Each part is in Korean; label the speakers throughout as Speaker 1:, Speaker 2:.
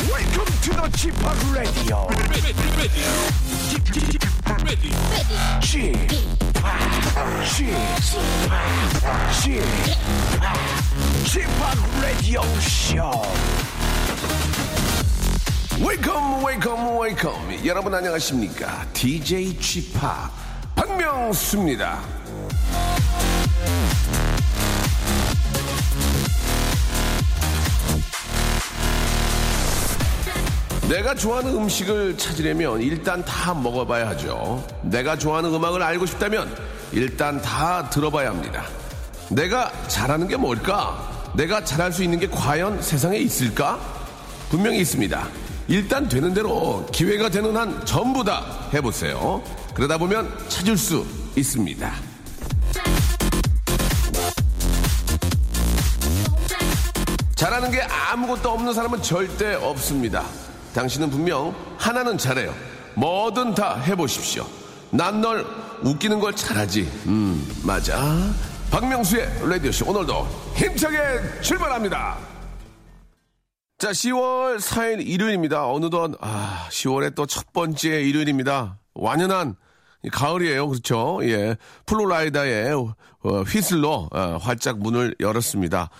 Speaker 1: to the g p o p Radio. g p g p g p o p Radio Show. Welcome, welcome, welcome. 여러분 안녕하십니까? DJ g p o p 박명수입니다. 내가 좋아하는 음식을 찾으려면 일단 다 먹어봐야 하죠. 내가 좋아하는 음악을 알고 싶다면 일단 다 들어봐야 합니다. 내가 잘하는 게 뭘까? 내가 잘할 수 있는 게 과연 세상에 있을까? 분명히 있습니다. 일단 되는 대로 기회가 되는 한 전부 다 해보세요. 그러다 보면 찾을 수 있습니다. 잘하는 게 아무것도 없는 사람은 절대 없습니다. 당신은 분명 하나는 잘해요. 뭐든 다 해보십시오. 난 널 웃기는 걸 잘하지. 음, 맞아. 박명수의 라디오쇼. 오늘도 힘차게 출발합니다. 자, 10월 4일 일요일입니다. 어느덧, 아, 10월의 또 첫 번째 일요일입니다. 완연한 이 가을이에요. 그렇죠? 예. 플로라이다의 어, 휘슬로 어, 활짝 문을 열었습니다.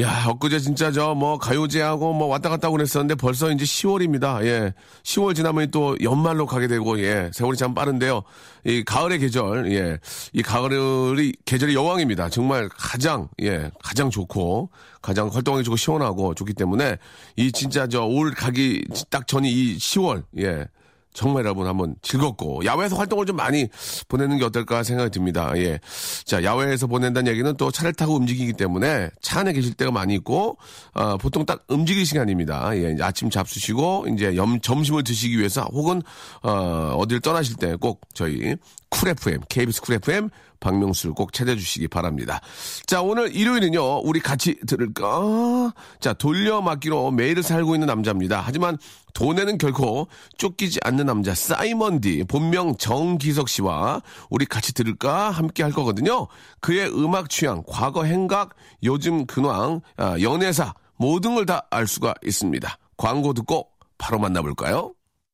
Speaker 1: 야, 엊그제 진짜 저 뭐 가요제하고 뭐 왔다 갔다 하고 그랬었는데 벌써 이제 10월입니다. 예. 10월 지나면 또 연말로 가게 되고, 예. 세월이 참 빠른데요. 이 가을의 계절, 예. 이 가을이, 계절의 여왕입니다. 정말 가장, 예. 가장 좋고, 가장 활동하기 좋고, 시원하고, 좋기 때문에, 이 진짜 저 올 가기 딱 전이 이 10월, 예. 정말 여러분 한번 즐겁고 야외에서 활동을 좀 많이 보내는 게 어떨까 생각이 듭니다. 예. 자, 야외에서 보낸다는 얘기는 또 차를 타고 움직이기 때문에 차 안에 계실 때가 많이 있고 어, 보통 딱 움직일 시간입니다. 예. 이제 아침 잡수시고 이제 염- 점심을 드시기 위해서 혹은 어, 어딜 떠나실 때 꼭 저희 쿨 FM, KBS 쿨 FM 박명수를 꼭 찾아주시기 바랍니다. 자, 오늘 일요일은요, 우리 같이 들을까? 자, 돌려막기로 매일을 살고 있는 남자입니다. 하지만 돈에는 결코 쫓기지 않는 남자, 사이먼디, 본명 정기석 씨와 우리 같이 들을까? 함께 할 거거든요. 그의 음악 취향, 과거 행각, 요즘 근황, 아, 연애사, 모든 걸 다 알 수가 있습니다. 광고 듣고 바로 만나볼까요?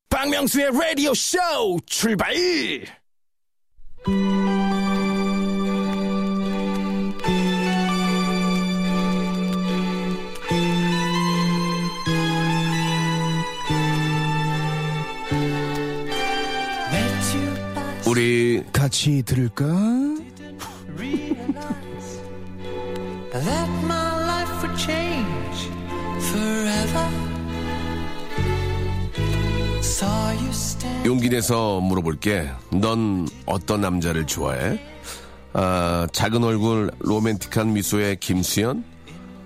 Speaker 2: 박명수의 라디오 쇼 출발!
Speaker 1: 우리
Speaker 2: 같이 들을까?
Speaker 3: realize that my life would change forever. Saw you stand.
Speaker 1: 용기 내서 물어볼게. 넌 어떤 남자를 좋아해? 아, 작은 얼굴 로맨틱한 미소의 김수현?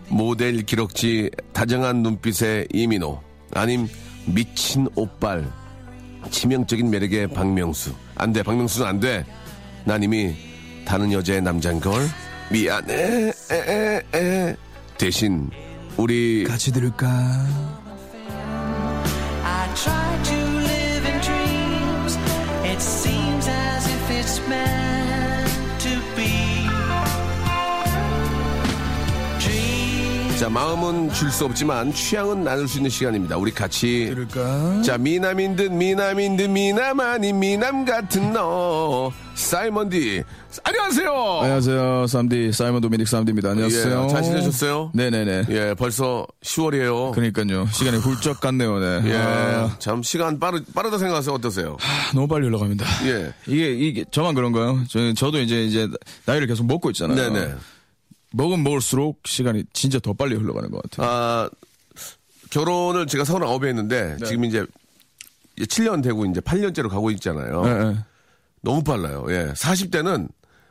Speaker 1: 모델 기럭지 다정한 눈빛의 이민호? 아님 미친 옷발? 치명적인 매력의 박명수? 안 돼, 박명수는 안 돼. 난 이미 다른 여자의 남잔걸? 미안해. 에, 에, 에. 대신, 우리
Speaker 2: 같이 들을까?
Speaker 3: I try to live in dreams. It seems as if it's meant to be. Dreams
Speaker 1: 자, 마음은 줄 수 없지만 취향은 나눌 수 있는 시간입니다. 우리 같이
Speaker 2: 들을까?
Speaker 1: 자 미남인 듯 미남인 듯 미남 아닌 미남 같은 너 사이먼디
Speaker 4: 네.
Speaker 1: 안녕하세요.
Speaker 4: 안녕하세요, 쌈디 사이먼 도미닉 쌈디입니다. 안녕하세요.
Speaker 1: 예, 잘 지내셨어요?
Speaker 4: 네네네.
Speaker 1: 예 벌써 10월이에요.
Speaker 4: 그러니까요. 시간이 훌쩍 갔네요, 네.
Speaker 1: 예,
Speaker 4: 아,
Speaker 1: 참 시간 빠르 빠르다 생각하세요 어떠세요?
Speaker 4: 너무 빨리 올라갑니다.
Speaker 1: 예.
Speaker 4: 이게 이게 저만 그런가요? 저, 저도 이제 이제 나이를 계속 먹고 있잖아요.
Speaker 1: 네네.
Speaker 4: 먹은 먹을수록 시간이 진짜 더 빨리 흘러가는 것 같아요.
Speaker 1: 아 결혼을 제가 서른 아홉에 했는데
Speaker 4: 네.
Speaker 1: 지금 이제 7년 되고 이제 8년째로 가고 있잖아요.
Speaker 4: 예, 예.
Speaker 1: 너무 빨라요. 예, 40대는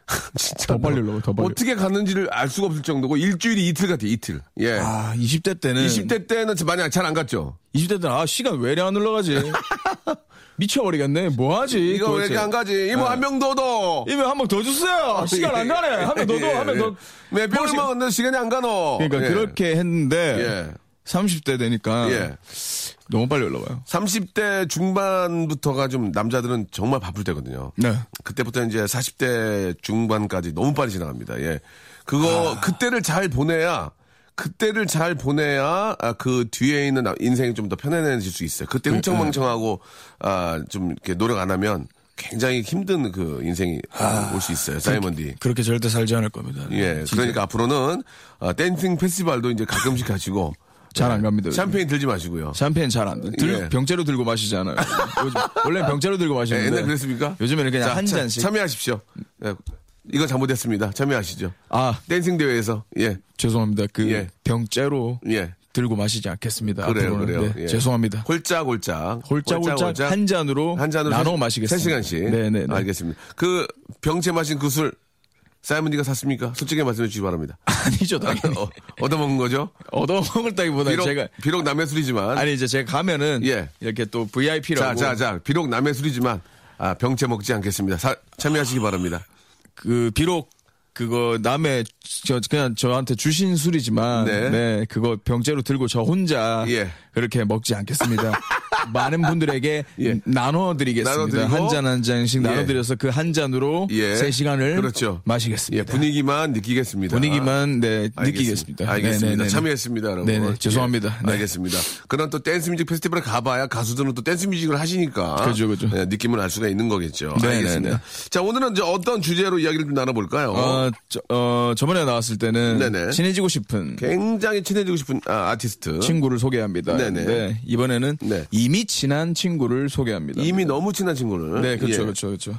Speaker 1: 진짜
Speaker 4: 더 빨리
Speaker 1: 뭐-
Speaker 4: 올라가요, 더 빨리.
Speaker 1: 어떻게 갔는지를 알 수가 없을 정도고 일주일이 이틀 같아 이틀. 예.
Speaker 4: 아, 20대 때는
Speaker 1: 20대 때는 만약 잘 안 갔죠.
Speaker 4: 20대 때는 아 시간 왜 이래 안 흘러가지? 미쳐버리겠네. 뭐 하지?
Speaker 1: 이거 왜
Speaker 4: 도대체.
Speaker 1: 이렇게 안 가지? 아, 이모 한 명 더도.
Speaker 4: 이거 한명 더 주세요. 시간 안 가네. 한 명 더 더, 한명 더.
Speaker 1: 예. 왜 뼈를
Speaker 4: 뭐지?
Speaker 1: 먹었는데 시간이 안 가노?
Speaker 4: 그러니까
Speaker 1: 예.
Speaker 4: 그렇게 했는데
Speaker 1: 예.
Speaker 4: 30대 되니까
Speaker 1: 예.
Speaker 4: 너무 빨리 올라와요.
Speaker 1: 30대 중반부터가 좀 남자들은 정말 바쁠 때거든요.
Speaker 4: 네.
Speaker 1: 그때부터 이제
Speaker 4: 아.
Speaker 1: 40대 중반까지 너무 빨리 지나갑니다. 예. 그거, 그때를 잘 보내야 그때를 잘 보내야 아, 그 뒤에 있는 나- 인생이 좀 더 편안해질 수 있어요. 그때
Speaker 4: 음,
Speaker 1: 흥청망청하고 아, 좀 이렇게 노력 안 하면 굉장히 힘든 그 인생이 올 수 있어요. 사이먼디.
Speaker 4: 아. 그렇게 절대 살지 않을 겁니다.
Speaker 1: 예,
Speaker 4: 그러니까 진짜
Speaker 1: 그러니까 앞으로는 아, 댄싱 페스티벌도 이제 가끔씩 가시고
Speaker 4: 잘안 갑니다. 요즘.
Speaker 1: 샴페인 들지 마시고요.
Speaker 4: 샴페인 잘안 들.
Speaker 1: 예.
Speaker 4: 병째로 들고 마시지 않아요. 요즘- 원래 병째로 들고
Speaker 1: 예,
Speaker 4: 마시는데.
Speaker 1: 옛날 그랬습니까?
Speaker 4: 네. 요즘에는 그냥
Speaker 1: 자,
Speaker 4: 한
Speaker 1: 참-
Speaker 4: 잔씩.
Speaker 1: 참여하십시오. 예, 이거 잘못했습니다. 참여하시죠.
Speaker 4: 아
Speaker 1: 댄싱 대회에서 예,
Speaker 4: 죄송합니다. 그
Speaker 1: 예.
Speaker 4: 병째로
Speaker 1: 예.
Speaker 4: 들고 마시지 않겠습니다.
Speaker 1: 그래요,
Speaker 4: 앞으로는.
Speaker 1: 그래요.
Speaker 4: 네,
Speaker 1: 예.
Speaker 4: 죄송합니다.
Speaker 1: 홀짝, 홀짝.
Speaker 4: 홀짝, 홀짝 한 잔으로
Speaker 1: 한 잔으로
Speaker 4: 나눠
Speaker 1: 세-
Speaker 4: 마시겠습니다.
Speaker 1: 세 시간씩.
Speaker 4: 네네네.
Speaker 1: 알겠습니다. 그 병채 마신 그 술, 사이먼이가 샀습니까? 솔직히 말씀해 주시기 바랍니다.
Speaker 4: 아니죠, 당연히.
Speaker 1: 어, 얻어먹은 거죠?
Speaker 4: 얻어먹을 따기보다
Speaker 1: 비록,
Speaker 4: 제가.
Speaker 1: 비록 남의 술이지만.
Speaker 4: 아니, 이제 제가 가면은.
Speaker 1: 예.
Speaker 4: 이렇게 또
Speaker 1: 자,
Speaker 4: VIP라고.
Speaker 1: 자, 자. 비록 남의 술이지만, 아, 병채 먹지 않겠습니다. 사- 참여하시기 바랍니다.
Speaker 4: 그 비록 그거 남의 저 그냥 저한테 주신 술이지만
Speaker 1: 네.
Speaker 4: 네, 그거 병째로 들고 저 혼자
Speaker 1: 예.
Speaker 4: 그렇게 먹지 않겠습니다. 많은 분들에게
Speaker 1: 예.
Speaker 4: 나눠드리겠습니다.
Speaker 1: 나눠드리고
Speaker 4: 한 잔 한 잔씩
Speaker 1: 예.
Speaker 4: 나눠드려서 그 한 잔으로
Speaker 1: 예.
Speaker 4: 세 시간을
Speaker 1: 그렇죠. 예,
Speaker 4: 마시겠습니다.
Speaker 1: 분위기만 느끼겠습니다.
Speaker 4: 분위기만 네
Speaker 1: 알겠습니다.
Speaker 4: 느끼겠습니다.
Speaker 1: 알겠습니다.
Speaker 4: 네네네.
Speaker 1: 참여했습니다, 여러분.
Speaker 4: 네네, 죄송합니다.
Speaker 1: 예,
Speaker 4: 네.
Speaker 1: 알겠습니다. 그런 또 댄스뮤직 페스티벌에 가봐야 가수들은 또 댄스뮤직을 하시니까
Speaker 4: 그죠, 그죠.
Speaker 1: 예, 느낌을 알 수가 있는 거겠죠.
Speaker 4: 네네네.
Speaker 1: 알겠습니다. 자, 오늘은 이제 어떤 주제로 이야기를 좀 나눠볼까요?
Speaker 4: 어, 저, 어, 저번에 나왔을 때는
Speaker 1: 네네.
Speaker 4: 친해지고 싶은
Speaker 1: 굉장히 친해지고 싶은 아, 티스트
Speaker 4: 친구를 소개합니다.
Speaker 1: 네네.
Speaker 4: 네, 이번에는
Speaker 1: 네.
Speaker 4: 이미 친한 친구를 소개합니다.
Speaker 1: 이미 너무 친한 친구를
Speaker 4: 네, 그렇죠,
Speaker 1: 예.
Speaker 4: 그렇죠, 그렇죠.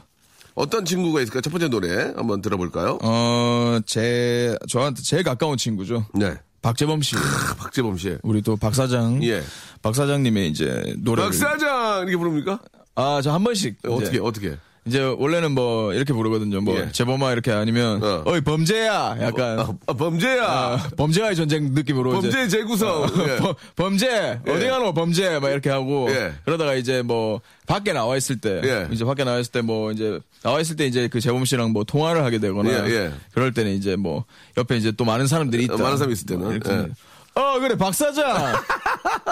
Speaker 1: 어떤 친구가 있을까요? 첫 번째 노래 한번 들어볼까요?
Speaker 4: 어, 제, 저한테 제일 가까운 친구죠.
Speaker 1: 네,
Speaker 4: 박재범 씨.
Speaker 1: 박재범 씨.
Speaker 4: 우리 또 박사장.
Speaker 1: 예.
Speaker 4: 박사장님의 이제 노래를.
Speaker 1: 박사장 이렇게 부릅니까?
Speaker 4: 아, 저 한 번씩.
Speaker 1: 어떻게
Speaker 4: 이제,
Speaker 1: 어떻게?
Speaker 4: 이제 원래는 뭐 이렇게 부르거든요. 뭐
Speaker 1: 예.
Speaker 4: 재범아 이렇게 아니면
Speaker 1: 어.
Speaker 4: 어. 이 범죄야. 약간
Speaker 1: 아, 아, 범죄야.
Speaker 4: 그러니까 아, 범죄와의 전쟁 느낌으로
Speaker 1: 범죄
Speaker 4: 이제
Speaker 1: 재구성. 예.
Speaker 4: 범- 범죄 어디 가노 범죄 막 이렇게 하고
Speaker 1: 예.
Speaker 4: 그러다가 이제 뭐 밖에 나와 있을 때
Speaker 1: 예.
Speaker 4: 이제 밖에 나와 있을 때 뭐 이제 나와 있을 때 이제 그 재범 씨랑 뭐 통화를 하게 되거나
Speaker 1: 예, 예.
Speaker 4: 그럴 때는 이제 뭐 옆에 이제 또 많은 사람들이 있다
Speaker 1: 어, 많은 사람이 있을 때는,
Speaker 4: 뭐 이렇게
Speaker 1: 예.
Speaker 4: 하면, 어 그래 박 사장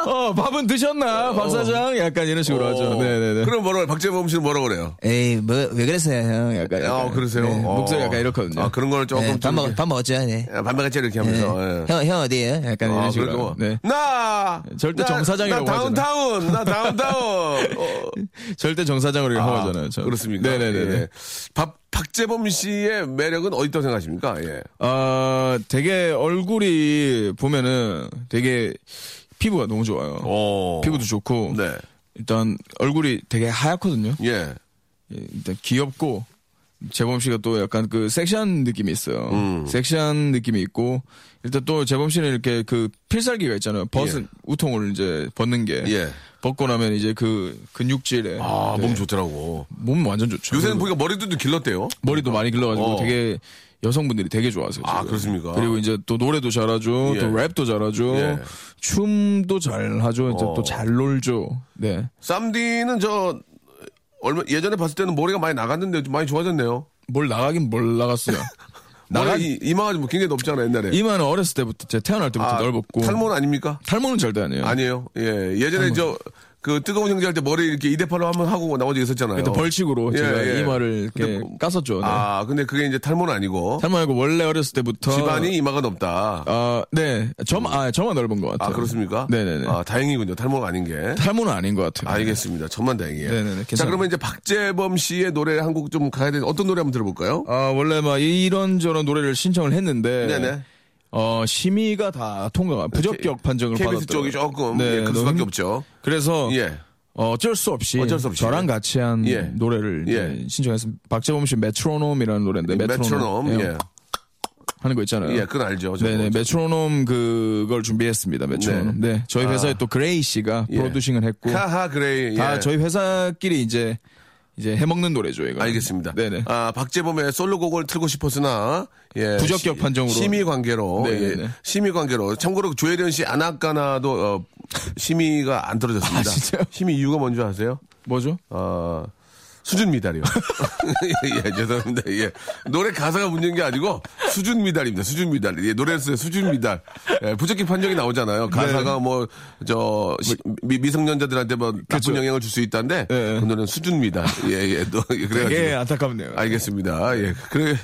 Speaker 4: 어 밥은 드셨나 박 사장 약간 이런 식으로 하죠
Speaker 1: 어,
Speaker 4: 네네네
Speaker 1: 그럼 뭐라고 박재범 씨는 뭐라고 그래요?
Speaker 5: 에이 뭐 왜 그랬어요 형 약간
Speaker 1: 아, 그러세요?
Speaker 4: 네,
Speaker 1: 어.
Speaker 4: 목소리 약간 이렇거든요
Speaker 1: 아, 그런 걸 조금
Speaker 5: 예, 밥,
Speaker 1: 좀
Speaker 5: 먹, 밥 먹었죠 네.
Speaker 1: 이렇게, 반말같이 이렇게 하면서. 예.
Speaker 5: 형, 형 어디에요? 약간
Speaker 4: 약간
Speaker 1: 아,
Speaker 4: 이런 식으로
Speaker 1: 그리고
Speaker 4: 하고. 네.
Speaker 1: 나
Speaker 4: 절대
Speaker 1: 나-
Speaker 4: 정사장이라고
Speaker 1: 나
Speaker 4: 하잖아요.
Speaker 1: 다운타운 나 다운타운 어.
Speaker 4: 절대 정사장으로 이렇게
Speaker 1: 아,
Speaker 4: 하잖아요 저.
Speaker 1: 그렇습니까?
Speaker 4: 네네네
Speaker 1: 예. 박, 박재범 씨의 매력은 어디다고 생각하십니까? 예.
Speaker 4: 아, 되게 얼굴이 보면은 되게 피부가 너무 좋아요.
Speaker 1: 오.
Speaker 4: 피부도 좋고
Speaker 1: 어. 네.
Speaker 4: 일단 얼굴이 되게 하얗거든요.
Speaker 1: 예.
Speaker 4: 예, 일단 귀엽고 재범 씨가 또 약간 그 섹시한 느낌이 있어요.
Speaker 1: 음.
Speaker 4: 섹시한 느낌이 있고 일단 또 재범 씨는 이렇게 그 필살기가 있잖아요. 벗은
Speaker 1: 예.
Speaker 4: 우통을 이제 벗는 게
Speaker 1: 예.
Speaker 4: 벗고 나면 이제 그 근육질에
Speaker 1: 아,
Speaker 4: 네,
Speaker 1: 몸 좋더라고.
Speaker 4: 몸 완전 좋죠.
Speaker 1: 요새는
Speaker 4: 그리고
Speaker 1: 보니까 머리도 좀 길렀대요.
Speaker 4: 머리도 많이 길러가지고
Speaker 1: 어.
Speaker 4: 되게 여성분들이 되게 좋아하세요.
Speaker 1: 아,
Speaker 4: 지금.
Speaker 1: 그렇습니까?
Speaker 4: 그리고 이제 또 노래도 잘하죠,
Speaker 1: 예.
Speaker 4: 또 랩도 잘하죠,
Speaker 1: 예.
Speaker 4: 춤도 잘하죠, 이제
Speaker 1: 어.
Speaker 4: 또 잘 놀죠. 네,
Speaker 1: 쌈디는 저 얼마 예전에 봤을 때는 머리가 많이 나갔는데 좀 많이 좋아졌네요.
Speaker 4: 뭘 나가긴 뭘 나갔어요.
Speaker 1: 머리
Speaker 4: 나가
Speaker 1: 이- 이마가 좀뭐 굉장히 높잖아 옛날에. 아,
Speaker 4: 이마는 어렸을 때부터 제가 태어날 때부터 넓었고
Speaker 1: 탈모는 아닙니까?
Speaker 4: 탈모는 절대 아니에요.
Speaker 1: 아니에요. 예. 예전에 저 그 뜨거운 형제 할 때 머리 이렇게 이대팔로 한번 하고 나온 적 있었잖아요.
Speaker 4: 그때 벌칙으로
Speaker 1: 예,
Speaker 4: 제가
Speaker 1: 예.
Speaker 4: 이마를 이렇게
Speaker 1: 근데-
Speaker 4: 깠었죠. 네.
Speaker 1: 아, 근데 그게 이제 탈모는 아니고
Speaker 4: 탈모 말고 원래 어렸을 때부터
Speaker 1: 집안이 이마가 넓다. 아,
Speaker 4: 아, 네, 점, 아, 저만 넓은 것 같아요.
Speaker 1: 그렇습니까?
Speaker 4: 네네네.
Speaker 1: 아, 다행이군요. 탈모가 아닌 게.
Speaker 4: 탈모는 아닌 것 같아요.
Speaker 1: 알겠습니다. 정말 다행이에요.
Speaker 4: 네네네, 괜찮아요.
Speaker 1: 자, 그러면 이제 박재범 씨의 노래 한 곡 좀 가야 되는데 어떤 노래 한번 들어볼까요?
Speaker 4: 아, 원래 막 이런저런 노래를 신청을 했는데
Speaker 1: 네네.
Speaker 4: 어, 심의가 다
Speaker 1: 아,
Speaker 4: 통과가 부적격 판정을
Speaker 1: KBS
Speaker 4: 받았더라고요.
Speaker 1: 쪽이
Speaker 4: 네,
Speaker 1: 조금 예, 그럴
Speaker 4: 너무
Speaker 1: 수밖에
Speaker 4: 힘-
Speaker 1: 없죠.
Speaker 4: 그래서
Speaker 1: 예.
Speaker 4: 어, 어쩔 수 없이
Speaker 1: 어쩔 수 없이.
Speaker 4: 저랑 같이 한
Speaker 1: 예.
Speaker 4: 노래를 이제
Speaker 1: 예.
Speaker 4: 신청했습니다. 박재범 씨 메트로놈이라는 노래인데 메트로놈,
Speaker 1: 메트로놈.
Speaker 4: 예,
Speaker 1: 예.
Speaker 4: 하는 거 있잖아요.
Speaker 1: 예, 그건 알죠. 저거.
Speaker 4: 네네 메트로놈 그걸 준비했습니다. 메트로놈. 네, 저희 회사에 또 그레이 씨가
Speaker 1: 아. 예.
Speaker 4: 프로듀싱을 했고
Speaker 1: 하하 그레이.
Speaker 4: 다
Speaker 1: 예.
Speaker 4: 저희 회사끼리 이제 이제 해먹는 노래죠 이거.
Speaker 1: 알겠습니다.
Speaker 4: 네네.
Speaker 1: 아, 박재범의 솔로곡을 틀고 싶었으나 예,
Speaker 4: 부적격
Speaker 1: 시-
Speaker 4: 판정으로.
Speaker 1: 심의 관계로
Speaker 4: 네,
Speaker 1: 예,
Speaker 4: 네, 네.
Speaker 1: 심의 관계로 참고로 조혜련 씨 아나까나도 어, 심의가 안 떨어졌습니다.
Speaker 4: 아, 진짜요?
Speaker 1: 심의 이유가 뭔지 아세요?
Speaker 4: 뭐죠?
Speaker 1: 어, 수준 미달이요. 예, 죄송합니다. 예. 노래 가사가 문제인 게 아니고 수준 미달입니다. 수준 미달. 예, 노래에서 수준 미달. 예, 부적격 판정이 나오잖아요.
Speaker 4: 네.
Speaker 1: 가사가 뭐 저 미성년자들한테 뭐
Speaker 4: 그렇죠.
Speaker 1: 나쁜 영향을 줄 수 있다는데
Speaker 4: 예, 예.
Speaker 1: 그 노래는 수준 미달. 예, 예. 또 그래가지고
Speaker 4: 되게 안타깝네요.
Speaker 1: 알겠습니다. 예. 그래,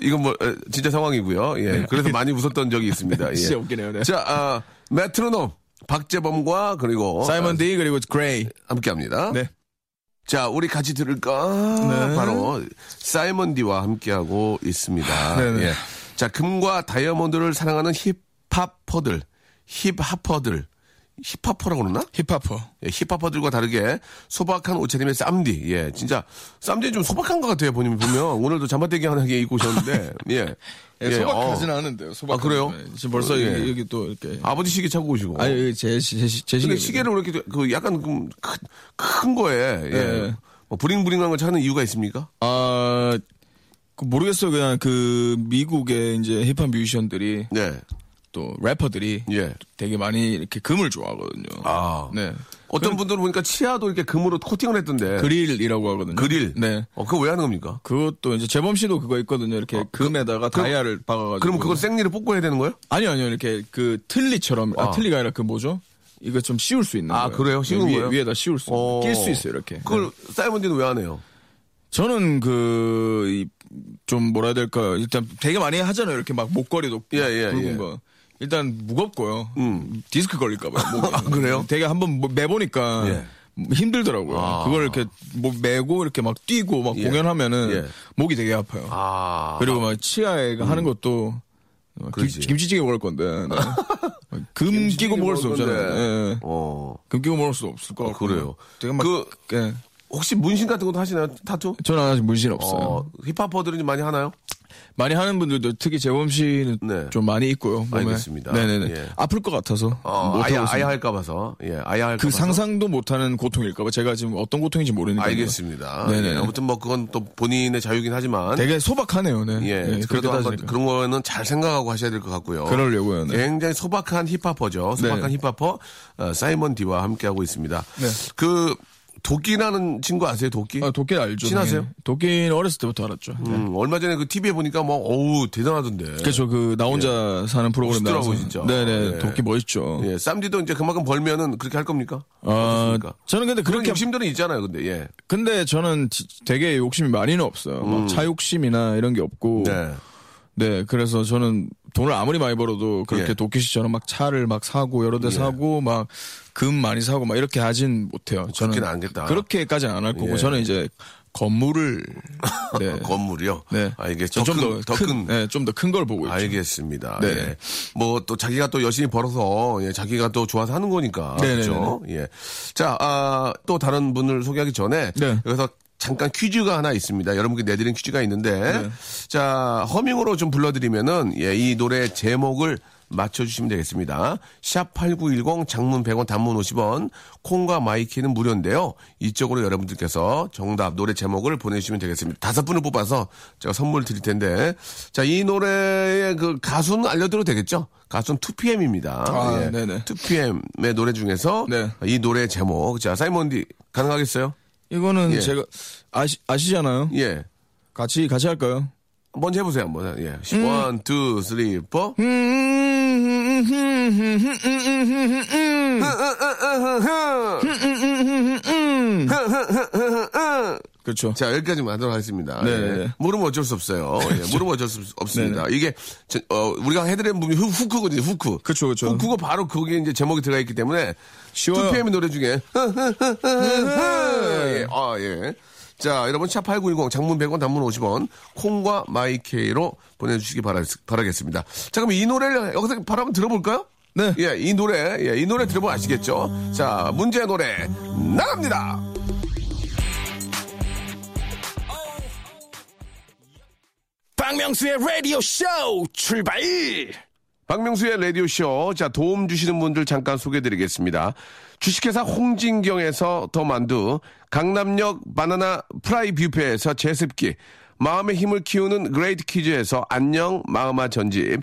Speaker 1: 이건 뭐, 에, 진짜 상황이고요. 예. 그래서 많이 웃었던 적이 있습니다. 예.
Speaker 4: 진짜 웃기네요, 네.
Speaker 1: 자, 아, 메트로놈, 박재범과 그리고. 아,
Speaker 4: 사이먼 데이 그리고 그레이.
Speaker 1: 함께 합니다.
Speaker 4: 네.
Speaker 1: 자, 우리 같이 들을까? 바로, 사이먼 디와 함께하고 있습니다.
Speaker 4: 네네.
Speaker 1: 예. 자, 금과 다이아몬드를 사랑하는 힙합퍼들, 힙합퍼들, 힙합퍼라고 그러나?
Speaker 4: 힙합퍼.
Speaker 1: 예, 힙합퍼들과 다르게 소박한 옷차림의 쌈디. 예, 진짜 쌈디는 좀 소박한 것 같아요. 본인 보면 오늘도 잠바대기 하나 입고 오셨는데, 예,
Speaker 4: 예, 소박하진
Speaker 1: 어.
Speaker 4: 않은데요. 소박.
Speaker 1: 아, 그래요?
Speaker 4: 지금 벌써
Speaker 1: 어, 예.
Speaker 4: 여기, 여기 또 이렇게.
Speaker 1: 아버지 시계 차고 오시고.
Speaker 4: 아, 니 제제
Speaker 1: 근데
Speaker 4: 시계.
Speaker 1: 시계를 왜 이렇게 그 약간 그 큰, 큰 거에 예.
Speaker 4: 예.
Speaker 1: 뭐 부링부링한 걸 차는 이유가 있습니까?
Speaker 4: 아, 그 모르겠어요. 그냥 그 미국의 이제 힙합 뮤지션들이
Speaker 1: 네,
Speaker 4: 또 래퍼들이
Speaker 1: 예.
Speaker 4: 되게 많이 이렇게 금을 좋아하거든요.
Speaker 1: 아.
Speaker 4: 네.
Speaker 1: 어떤 분들은 보니까 치아도 이렇게 금으로 코팅을 했던데.
Speaker 4: 그릴이라고 하거든요.
Speaker 1: 그릴.
Speaker 4: 네.
Speaker 1: 어, 그거 왜 하는 겁니까?
Speaker 4: 그것도 이제 재범 씨도 그거 있거든요. 이렇게 금에다가 다이아를 박아가지고.
Speaker 1: 아, 그, 그럼 그걸 생리를 뽑고 해야 되는 거예요?
Speaker 4: 아니요, 아니요. 이렇게 그 틀니처럼. 아,
Speaker 1: 아.
Speaker 4: 틀니가 아니라 그 뭐죠? 이거 좀 씌울 수 있는.
Speaker 1: 아,
Speaker 4: 거예요.
Speaker 1: 그래요? 씌우는
Speaker 4: 위에,
Speaker 1: 거예요?
Speaker 4: 위에다 씌울 수.
Speaker 1: 어.
Speaker 4: 낄 수 있어요, 이렇게. 네.
Speaker 1: 그걸 사이먼디는 왜 안 해요?
Speaker 4: 저는 그, 이, 좀 뭐라 해야 될까. 일단 되게 많이 하잖아요. 이렇게 막 목걸이도.
Speaker 1: 예, 예,
Speaker 4: 굵은
Speaker 1: 예.
Speaker 4: 거. 일단 무겁고요. 디스크 걸릴까봐. 목에.
Speaker 1: 아, 그래요?
Speaker 4: 되게 한번 뭐 매보니까.
Speaker 1: 예.
Speaker 4: 힘들더라고요.
Speaker 1: 아.
Speaker 4: 그걸 이렇게 뭐 매고 이렇게 막 뛰고 막
Speaker 1: 예.
Speaker 4: 공연하면은
Speaker 1: 예.
Speaker 4: 목이 되게 아파요.
Speaker 1: 아. 음.
Speaker 4: 그리고 막 치아에 하는 것도 어, 김,
Speaker 1: 그러지.
Speaker 4: 김치찌개 먹을 건데 네. 금 끼고 먹을 수
Speaker 1: 건데.
Speaker 4: 없잖아요. 예, 예.
Speaker 1: 어.
Speaker 4: 금 끼고 먹을 수 없을 것 같고
Speaker 1: 그래요.
Speaker 4: 되게 막
Speaker 1: 그-
Speaker 4: 예.
Speaker 1: 혹시 문신 같은 것도 하시나요? 타투?
Speaker 4: 저는 아직 문신 없어요.
Speaker 1: 어, 힙합퍼들은 좀 많이 하나요?
Speaker 4: 많이 하는 분들도 특히 재범 씨는
Speaker 1: 네.
Speaker 4: 좀 많이 있고요. 몸에.
Speaker 1: 알겠습니다.
Speaker 4: 네네네.
Speaker 1: 예.
Speaker 4: 아플 것 같아서
Speaker 1: 어, 아야,
Speaker 4: 못 하고
Speaker 1: 아야
Speaker 4: 있습니다.
Speaker 1: 할까 봐서. 예, 아야 할까
Speaker 4: 그
Speaker 1: 봐서.
Speaker 4: 상상도 못하는 고통일까봐 제가 지금 어떤 고통인지 모르니까
Speaker 1: 알겠습니다.
Speaker 4: 네네.
Speaker 1: 예, 아무튼 뭐 그건 또 본인의 자유긴 하지만.
Speaker 4: 되게 소박하네요. 네.
Speaker 1: 예,
Speaker 4: 네, 그렇게
Speaker 1: 그래도 한번
Speaker 4: 따지니까.
Speaker 1: 그런 거는 잘 생각하고 하셔야 될 것 같고요.
Speaker 4: 그러려고요, 네.
Speaker 1: 굉장히 소박한 힙합퍼죠. 소박한
Speaker 4: 네.
Speaker 1: 힙합퍼 어, 사이먼 디와 함께하고 있습니다.
Speaker 4: 네.
Speaker 1: 그 도끼라는 친구 아세요? 도끼?
Speaker 4: 아, 도끼 알죠.
Speaker 1: 친하세요?
Speaker 4: 네. 도끼는 어렸을 때부터 알았죠. 네.
Speaker 1: 음, 얼마 전에 그 TV에 보니까 뭐 어우 대단하던데.
Speaker 4: 그렇죠. 그 나 혼자 사는 프로그램
Speaker 1: 멋있더라고,
Speaker 4: 나와서
Speaker 1: 예. 진짜.
Speaker 4: 네네
Speaker 1: 예.
Speaker 4: 도끼 멋있죠.
Speaker 1: 예, 쌈디도 이제 그만큼 벌면은 그렇게 할 겁니까?
Speaker 4: 아
Speaker 1: 어떻습니까?
Speaker 4: 저는 근데
Speaker 1: 그런
Speaker 4: 그렇게
Speaker 1: 욕심들은 있잖아요, 근데 예.
Speaker 4: 근데 저는 지- 되게 욕심이 많이는 없어요. 막
Speaker 1: 음.
Speaker 4: 차욕심이나 이런 게 없고
Speaker 1: 예.
Speaker 4: 네. 그래서 저는 돈을 아무리 많이 벌어도 그렇게
Speaker 1: 예.
Speaker 4: 도끼 씨처럼 막 차를 막 사고 여러 대 사고 막 금 많이 사고 막 이렇게 하진 못해요. 저는
Speaker 1: 그렇게는 안 하겠다.
Speaker 4: 그렇게까지는 안 할 거고
Speaker 1: 예.
Speaker 4: 저는 이제 건물을 네.
Speaker 1: 아, 건물이요.
Speaker 4: 네.
Speaker 1: 알겠죠.
Speaker 4: 좀더큰
Speaker 1: 더큰 아,
Speaker 4: 네, 좀 더 큰 걸 보고 있죠.
Speaker 1: 알겠습니다.
Speaker 4: 네.
Speaker 1: 예. 뭐 또 자기가 또 열심히 벌어서 예, 자기가 또 좋아서 하는 거니까.
Speaker 4: 네,
Speaker 1: 그렇죠. 예. 자, 아, 또 다른 분을 소개하기 전에
Speaker 4: 네.
Speaker 1: 여기서 잠깐 퀴즈가 하나 있습니다. 여러분께 내드린 퀴즈가 있는데
Speaker 4: 네.
Speaker 1: 자, 허밍으로 좀 불러 드리면은 예, 이 노래 제목을 맞춰 주시면 되겠습니다. 샵8910 장문 100원 단문 50원 콩과 마이키는 무료인데요. 이쪽으로 여러분들께서 정답 노래 제목을 보내 주시면 되겠습니다. 다섯 분을 뽑아서 제가 선물 드릴 텐데 자, 이 노래의 그 가수는 알려 드려도 되겠죠? 가수는 2PM입니다. 예.
Speaker 4: 아, 네네.
Speaker 1: 2PM의 노래 중에서
Speaker 4: 네.
Speaker 1: 이 노래 제목 자, 사이먼디 가능하겠어요?
Speaker 4: 이거는
Speaker 1: 예.
Speaker 4: 제가 아시, 아시잖아요.
Speaker 1: 예.
Speaker 4: 같이 같이 할까요?
Speaker 1: 먼저 해보세요, 한번. 예.
Speaker 4: 음.
Speaker 1: 원, 투, 쓰리, 포.
Speaker 4: 그렇죠.
Speaker 1: 자, 여기까지만 하도록 하겠습니다.
Speaker 4: 네,
Speaker 1: 예.
Speaker 4: 네.
Speaker 1: 물으면 어쩔 수 없어요. 예, 물으면 어쩔 수 없- 없습니다. 이게, 저- 어, 우리가 해드린 부분이 후- 후크거든요, 후크.
Speaker 4: 그렇죠, 그쵸, 그쵸.
Speaker 1: 후크가 바로 거기에 이제 제목이 들어가 있기 때문에.
Speaker 4: 쉬워요.
Speaker 1: 2PM 노래 중에.
Speaker 4: 네.
Speaker 1: 예, 아, 예. 자, 여러분, 샵8910, 장문 100원, 단문 50원, 콩과 마이케이로 보내주시기 바라, 겠습니다 자, 그럼 이 노래를 여기서 바로 한번 들어볼까요?
Speaker 4: 네.
Speaker 1: 예, 이 노래, 예, 이 노래 들어보면 아시겠죠? 자, 문제의 노래, 나갑니다!
Speaker 2: 박명수의 라디오 쇼 출발!
Speaker 1: 박명수의 라디오쇼. 자, 도움 주시는 분들 잠깐 소개해 드리겠습니다. 주식회사 홍진경에서 더 만두, 강남역 바나나 프라이 뷔페에서 제습기, 마음의 힘을 키우는 그레이트 퀴즈에서 안녕 마음아 전집,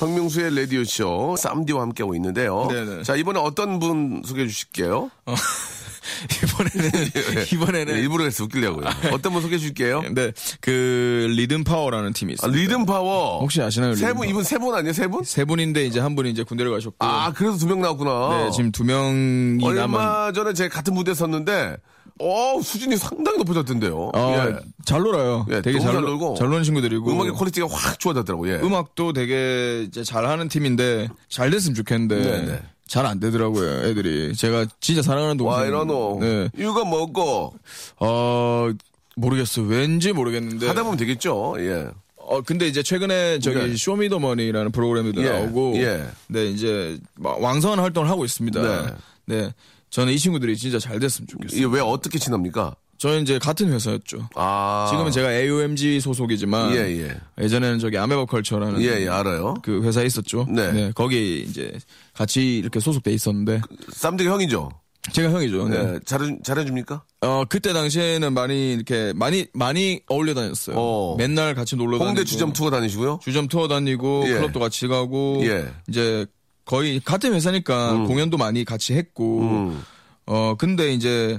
Speaker 1: 박명수의 라디오쇼 쌈디와 함께하고 있는데요.
Speaker 4: 네네.
Speaker 1: 자, 이번에 어떤 분 소개해 주실게요?
Speaker 4: 어, 이번에는
Speaker 1: 네,
Speaker 4: 이번에는 아, 예.
Speaker 1: 일부러 해서 웃기려고요. 어떤 분 소개해 주실게요?
Speaker 4: 네, 그 리듬 파워라는 팀이
Speaker 1: 아,
Speaker 4: 있어요.
Speaker 1: 리듬 파워.
Speaker 4: 혹시 아시나요,
Speaker 1: 세
Speaker 4: 리듬
Speaker 1: 분,
Speaker 4: 파워?
Speaker 1: 이분 세 분 아니에요? 세 분?
Speaker 4: 세 분인데 이제 한 분이 이제 군대를 가셨고
Speaker 1: 아, 그래서 두 명 나왔구나.
Speaker 4: 네, 지금 두 명이 남은
Speaker 1: 어. 얼마 전에 제가 같은 무대에 섰는데, 어 수준이 상당히 높아졌던데요.
Speaker 4: 어,
Speaker 1: 예.
Speaker 4: 잘 놀아요.
Speaker 1: 예,
Speaker 4: 되게
Speaker 1: 너무
Speaker 4: 잘,
Speaker 1: 잘
Speaker 4: 놀-
Speaker 1: 놀고
Speaker 4: 잘 노는 친구들이고
Speaker 1: 음악의 퀄리티가 확 좋아졌더라고요. 예.
Speaker 4: 음악도 되게 이제 잘하는 팀인데 잘 됐으면 좋겠는데
Speaker 1: 네네.
Speaker 4: 잘 안 되더라고요 애들이 제가 진짜 사랑하는 동생
Speaker 1: 와, 이러노.
Speaker 4: 네.
Speaker 1: 이거 먹고
Speaker 4: 어 모르겠어 왠지 모르겠는데
Speaker 1: 하다 보면 되겠죠. 예.
Speaker 4: 어 근데 이제 최근에 저기
Speaker 1: 예.
Speaker 4: 쇼미더머니라는 프로그램도
Speaker 1: 예,
Speaker 4: 나오고
Speaker 1: 예.
Speaker 4: 네 이제 막 왕성한 활동을 하고 있습니다
Speaker 1: 네.
Speaker 4: 네, 저는 이 친구들이 진짜 잘 됐으면 좋겠어요
Speaker 1: 이게 왜 어떻게 친합니까?
Speaker 4: 저는 이제 같은 회사였죠
Speaker 1: 아.
Speaker 4: 지금은 제가 AOMG 소속이지만
Speaker 1: 예, 예.
Speaker 4: 예전에는 저기 아메바컬처라는
Speaker 1: 예, 예, 알아요.
Speaker 4: 그 회사에 있었죠.
Speaker 1: 네.
Speaker 4: 거기 이제 같이 이렇게 소속돼 있었는데
Speaker 1: 쌈디가 형이죠?
Speaker 4: 제가 형이죠. 네.
Speaker 1: 네. 잘해, 잘해줍니까?
Speaker 4: 어 그때 당시에는 많이 이렇게 많이 많이 어울려 다녔어요.
Speaker 1: 어.
Speaker 4: 맨날 같이 놀러 다니고
Speaker 1: 홍대 주점 투어 다니시고요?
Speaker 4: 주점 투어 다니고
Speaker 1: 예.
Speaker 4: 클럽도 같이 가고
Speaker 1: 예. 음.
Speaker 4: 이제 거의 같은 회사니까 공연도 많이 같이 했고 어 근데 이제